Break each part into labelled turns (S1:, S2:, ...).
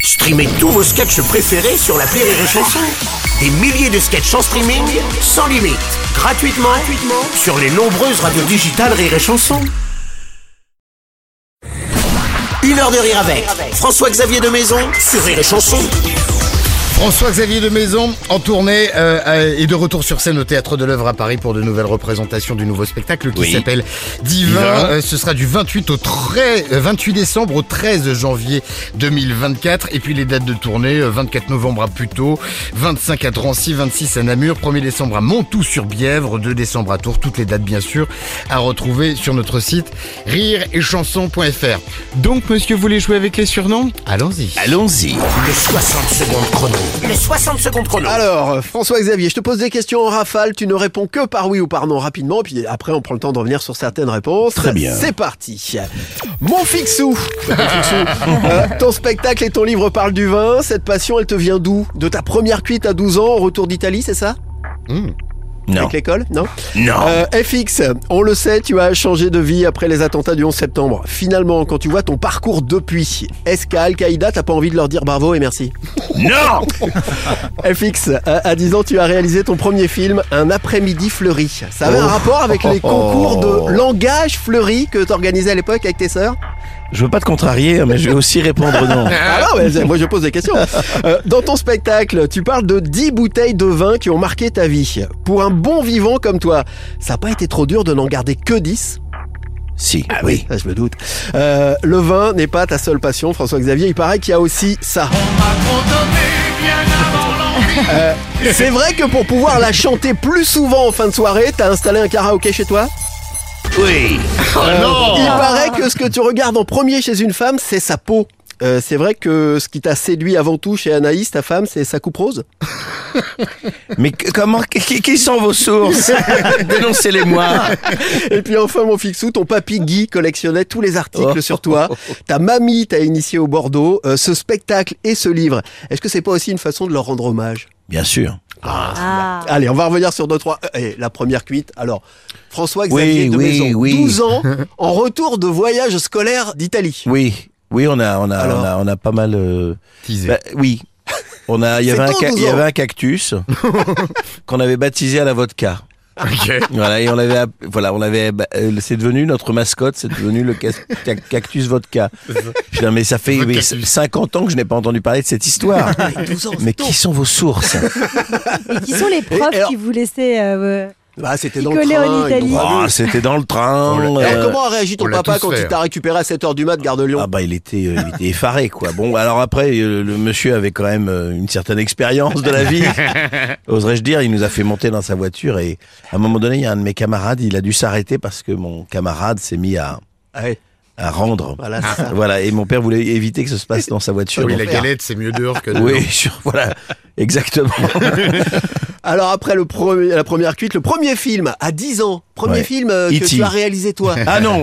S1: Streamez tous vos sketchs préférés sur la Rire et Chanson. Des milliers de sketchs en streaming, sans limite, gratuitement, gratuitement sur les nombreuses radios digitales Rire et Chanson. Une heure de rire avec François-Xavier de Maison sur Rire et Chanson.
S2: François-Xavier de Maison en tournée euh, euh, et de retour sur scène au Théâtre de l'œuvre à Paris pour de nouvelles représentations du nouveau spectacle qui
S3: Oui.
S2: s'appelle Divin.
S3: Divin.
S2: Euh, ce sera du 28 au 13, euh, 28 décembre au 13 janvier 2024 et puis les dates de tournée euh, 24 novembre à Puteaux, 25 à Drancy, 26 à Namur, 1er décembre à Montoux-sur-Bièvre, 2 décembre à Tours. Toutes les dates bien sûr à retrouver sur notre site rire et chanson.fr.
S4: Donc, monsieur voulait jouer avec les surnoms
S2: Allons-y.
S3: Allons-y.
S1: Les 60 secondes chrono. Les 60 secondes chrono.
S5: Alors, François-Xavier, je te pose des questions en rafale, tu ne réponds que par oui ou par non rapidement, puis après on prend le temps d'en venir sur certaines réponses.
S3: Très bien.
S5: C'est parti. Mon Fixou, Mon Fixou. Euh, ton spectacle et ton livre parlent du vin, cette passion elle te vient d'où De ta première cuite à 12 ans au retour d'Italie, c'est ça
S3: Non.
S5: Avec l'école Non
S3: Non.
S5: Euh, FX, on le sait, tu as changé de vie après les attentats du 11 septembre. Finalement, quand tu vois ton parcours depuis, est-ce qu'à Al-Qaïda, t'as pas envie de leur dire bravo et merci
S3: Non.
S5: FX, à, à 10 ans, tu as réalisé ton premier film, Un après-midi fleuri. Ça avait un rapport avec les concours de langage fleuri que t'organisais à l'époque avec tes sœurs
S3: Je veux pas te contrarier, mais je vais aussi répondre non.
S5: Ah non, mais moi je pose des questions. Euh, dans ton spectacle, tu parles de 10 bouteilles de vin qui ont marqué ta vie. Pour un bon vivant comme toi, ça n'a pas été trop dur de n'en garder que 10
S3: Si. Ah oui.
S5: Ah, je me doute. Euh, le vin n'est pas ta seule passion, François-Xavier. Il paraît qu'il y a aussi ça. Euh, C'est vrai que pour pouvoir la chanter plus souvent en fin de soirée, t'as installé un karaoké chez toi
S3: Oui.
S5: Il paraît que ce que tu regardes en premier chez une femme, c'est sa peau. Euh, c'est vrai que ce qui t'a séduit avant tout chez Anaïs, ta femme, c'est sa coupe rose
S3: Mais que- comment qui- qui, qui sont vos sources Dénoncez-les-moi.
S5: Et puis enfin, mon fixou, ton papy Guy collectionnait tous les articles
S3: Oh.
S5: sur toi. Ta mamie t'a initié au Bordeaux. Euh, ce spectacle et ce livre, est-ce que c'est pas aussi une façon de leur rendre hommage
S3: Bien sûr.
S6: Ah.
S5: Allez, on va revenir sur deux, trois. Euh, Et la première cuite. Alors, François-Xavier
S3: Oui,
S5: de
S3: oui,
S5: Maison,
S3: oui.
S5: 12 ans, en retour de voyage scolaire d'Italie.
S3: Oui. Oui, on a, on a,
S5: Alors
S3: on a, on a pas mal. euh,
S2: Teaser.
S3: bah, oui. On a, il y
S5: C'est
S3: avait un,
S5: tôt,
S3: ca-
S5: 12
S3: il y
S5: ans.
S3: avait un cactus qu'on avait baptisé à la vodka. Voilà, et on avait, app- voilà, on avait, bah, euh, c'est devenu notre mascotte, c'est devenu le cas- ca- cactus vodka. Je dis, non, mais ça fait oui,
S2: cactus.
S3: 50 ans que je n'ai pas entendu parler de cette histoire. mais qui sont vos sources
S6: Et qui sont les profs
S5: Et alors-
S6: qui vous laissaient euh, euh,
S5: Bah, c'était dans le
S6: Picolé en
S5: train. ils
S6: Italie.
S5: l'ont
S3: Ah,
S5: ramené.
S3: C'était dans le train.
S2: On l'a-
S3: euh,
S5: Alors, comment a réagi ton
S2: on l'a
S5: papa
S2: tous
S5: quand
S2: fait.
S5: il t'a récupéré à 7h du mat, Gare de Lyon
S3: Ah bah il était, euh, il était effaré quoi. Bon alors après euh, le monsieur avait quand même euh, une certaine expérience de la vie. Oserais-je dire, il nous a fait monter dans sa voiture et à un moment donné il y a un de mes camarades, il a dû s'arrêter parce que mon camarade s'est mis à,
S5: Ah ouais.
S3: à rendre.
S5: Voilà, c'est ça. Oh,
S3: Voilà, et mon père voulait éviter que ce se passe dans sa voiture.
S2: Oui, la
S3: Donc, euh,
S2: galette, c'est mieux dehors que dehors.
S3: Oui, sur- voilà, exactement.
S5: Alors après le premier, la première cuite, le premier film à 10 ans, premier
S3: Ouais. E
S5: film euh, que
S3: E.T..
S5: tu as réalisé toi,
S3: ah non,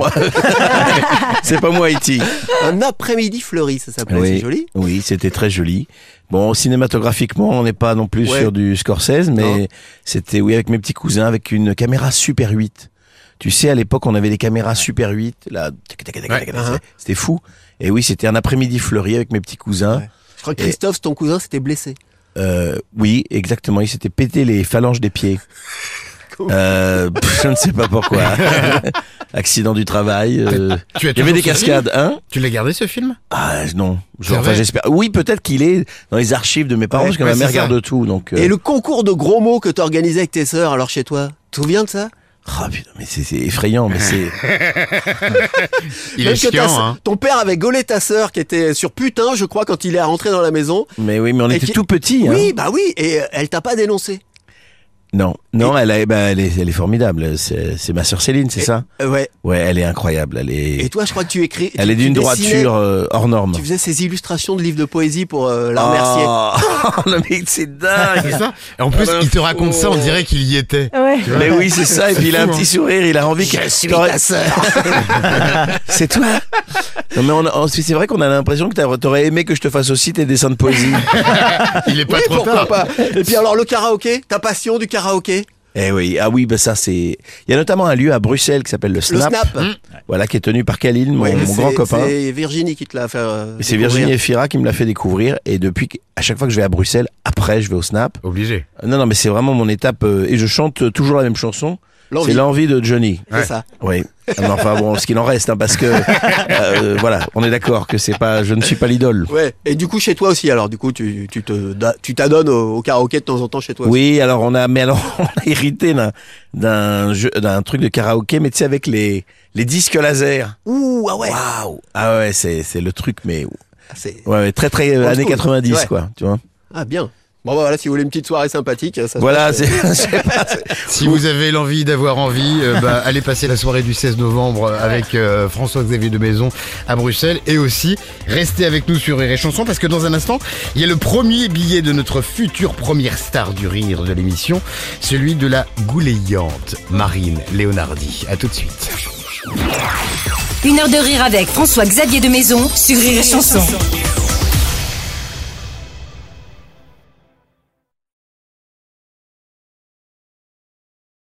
S3: c'est pas moi, E Haïti.
S5: un après-midi fleuri, ça s'appelait, c'est joli.
S3: Oui, c'était très joli. Bon, cinématographiquement, on n'est pas non plus
S5: Ouais.
S3: sur du Scorsese,
S5: Non.
S3: mais c'était, oui, avec mes petits cousins, avec une caméra Super 8. Tu sais, à l'époque, on avait des caméras Super 8, là, tic, tic, tic, tic, tic,
S5: Uh-huh.
S3: c'était fou. Et oui, c'était un après-midi fleuri avec mes petits cousins.
S5: Ouais. Je crois que Christophe, ton cousin, s'était blessé.
S3: Euh, oui, exactement, il s'était pété les phalanges des pieds. Euh, pff, je ne sais pas pourquoi. Accident du travail. euh,
S2: Tu as
S3: Il y
S2: toujours
S3: avait des
S2: ce film
S3: cascades, hein
S2: Tu l'as gardé ce film
S3: Ah non,
S2: C'est
S3: je, enfin,
S2: vrai.
S3: j'espère. Oui, peut-être qu'il est dans les archives de mes parents
S2: Ouais,
S3: parce que
S2: ouais,
S3: ma mère
S2: c'est ça.
S3: garde tout. Donc, euh,
S5: Et le concours de gros mots que t'organisais avec tes sœurs alors chez toi, tu te souviens de ça
S3: Ah, putain, mais c'est c'est effrayant, mais c'est
S2: Il
S5: Même
S2: est
S5: que ta
S2: chiant,
S5: sœur-
S2: hein.
S5: Ton père avait gaulé ta sœur qui était sur putain, je crois, quand il est rentré dans la maison.
S3: mais oui, mais on
S5: Et
S3: était
S5: qui-
S3: tout petits. hein.
S5: Oui, bah oui, et euh, elle t'a pas dénoncé.
S3: Non, non, elle, a- bah, elle, est, elle est formidable. C'est c'est ma sœur Céline, c'est ça
S5: Euh, ouais.
S3: Ouais, elle est incroyable. Elle est,
S5: Et toi, je crois que tu écris.
S3: elle
S5: tu-
S3: est
S5: tu
S3: d'une
S5: dessinais-
S3: droiture euh, hors norme.
S5: Tu faisais ces illustrations de livres de poésie pour euh,
S3: Ah,
S5: la remercier.
S3: Oh, non, mais c'est dingue.
S2: C'est ça Et en plus,
S3: Ah bah,
S2: il te raconte ça, on
S3: oh.
S2: dirait qu'il y était.
S6: ouais.
S3: Mais oui, c'est ça. Et puis il a un
S2: fou, hein.
S3: petit sourire, il a envie que. t'aurais- c'est toi. Non, mais on a- on- c'est vrai qu'on a l'impression que t'as- t'aurais aimé que je te fasse aussi tes dessins de poésie.
S2: Il est pas
S5: Oui,
S2: trop
S5: pourquoi
S2: tard.
S5: pas Et puis alors le karaoké, ta passion du karaoké
S3: Eh oui, ah oui, ben ça c'est. Il y a notamment un lieu à Bruxelles qui s'appelle le
S5: Le
S3: Snap.
S5: snap.
S3: Voilà, qui est tenu par Kaline, mon,
S5: Ouais,
S3: mon
S5: c'est-
S3: grand copain.
S5: C'est Virginie qui te l'a fait. euh,
S3: Et C'est
S5: découvrir.
S3: Virginie Efira qui me l'a fait découvrir. Et depuis, que- à chaque fois que je vais à Bruxelles, après, je vais au Snap.
S2: Obligé.
S3: Non, non, mais c'est vraiment mon étape. euh, et je chante toujours la même chanson.
S5: L'envie.
S3: C'est l'envie de Johnny.
S5: C'est ça.
S3: Oui. Ah non, Enfin bon, ce qu'il en reste, hein, parce que euh, voilà, on est d'accord que c'est pas, je ne suis pas l'idole.
S5: Ouais. Et du coup, chez toi aussi, alors, du coup, tu, tu te, da- tu t'adonnes au, au karaoké de temps en temps chez toi aussi.
S3: Oui, alors on a, mais alors on a hérité d'un d'un jeu- d'un truc de karaoké, mais tu sais avec les les disques laser.
S5: Ouh, ah ouais.
S3: Waouh Ah ouais, c'est c'est le truc, mais
S5: Ah, c'est-
S3: ouais, ouais, très très euh,
S5: Old
S3: années
S5: school.
S3: 90
S5: Ouais.
S3: quoi, tu vois.
S5: Ah, bien. Bon, bah, voilà, si vous voulez une petite soirée sympathique, ça se
S3: Voilà,
S5: passe, euh,
S3: c'est je sais pas,
S2: Si vous avez l'envie d'avoir envie, euh, bah, allez passer la soirée du 16 novembre avec euh, François-Xavier de Maison à Bruxelles et aussi restez avec nous sur Rire et Chanson parce que dans un instant, il y a le premier billet de notre future première star du rire de l'émission, celui de la goulayante Marine Leonardi. À tout de suite.
S7: Une heure de rire avec François-Xavier de Maison sur Rire et Chanson.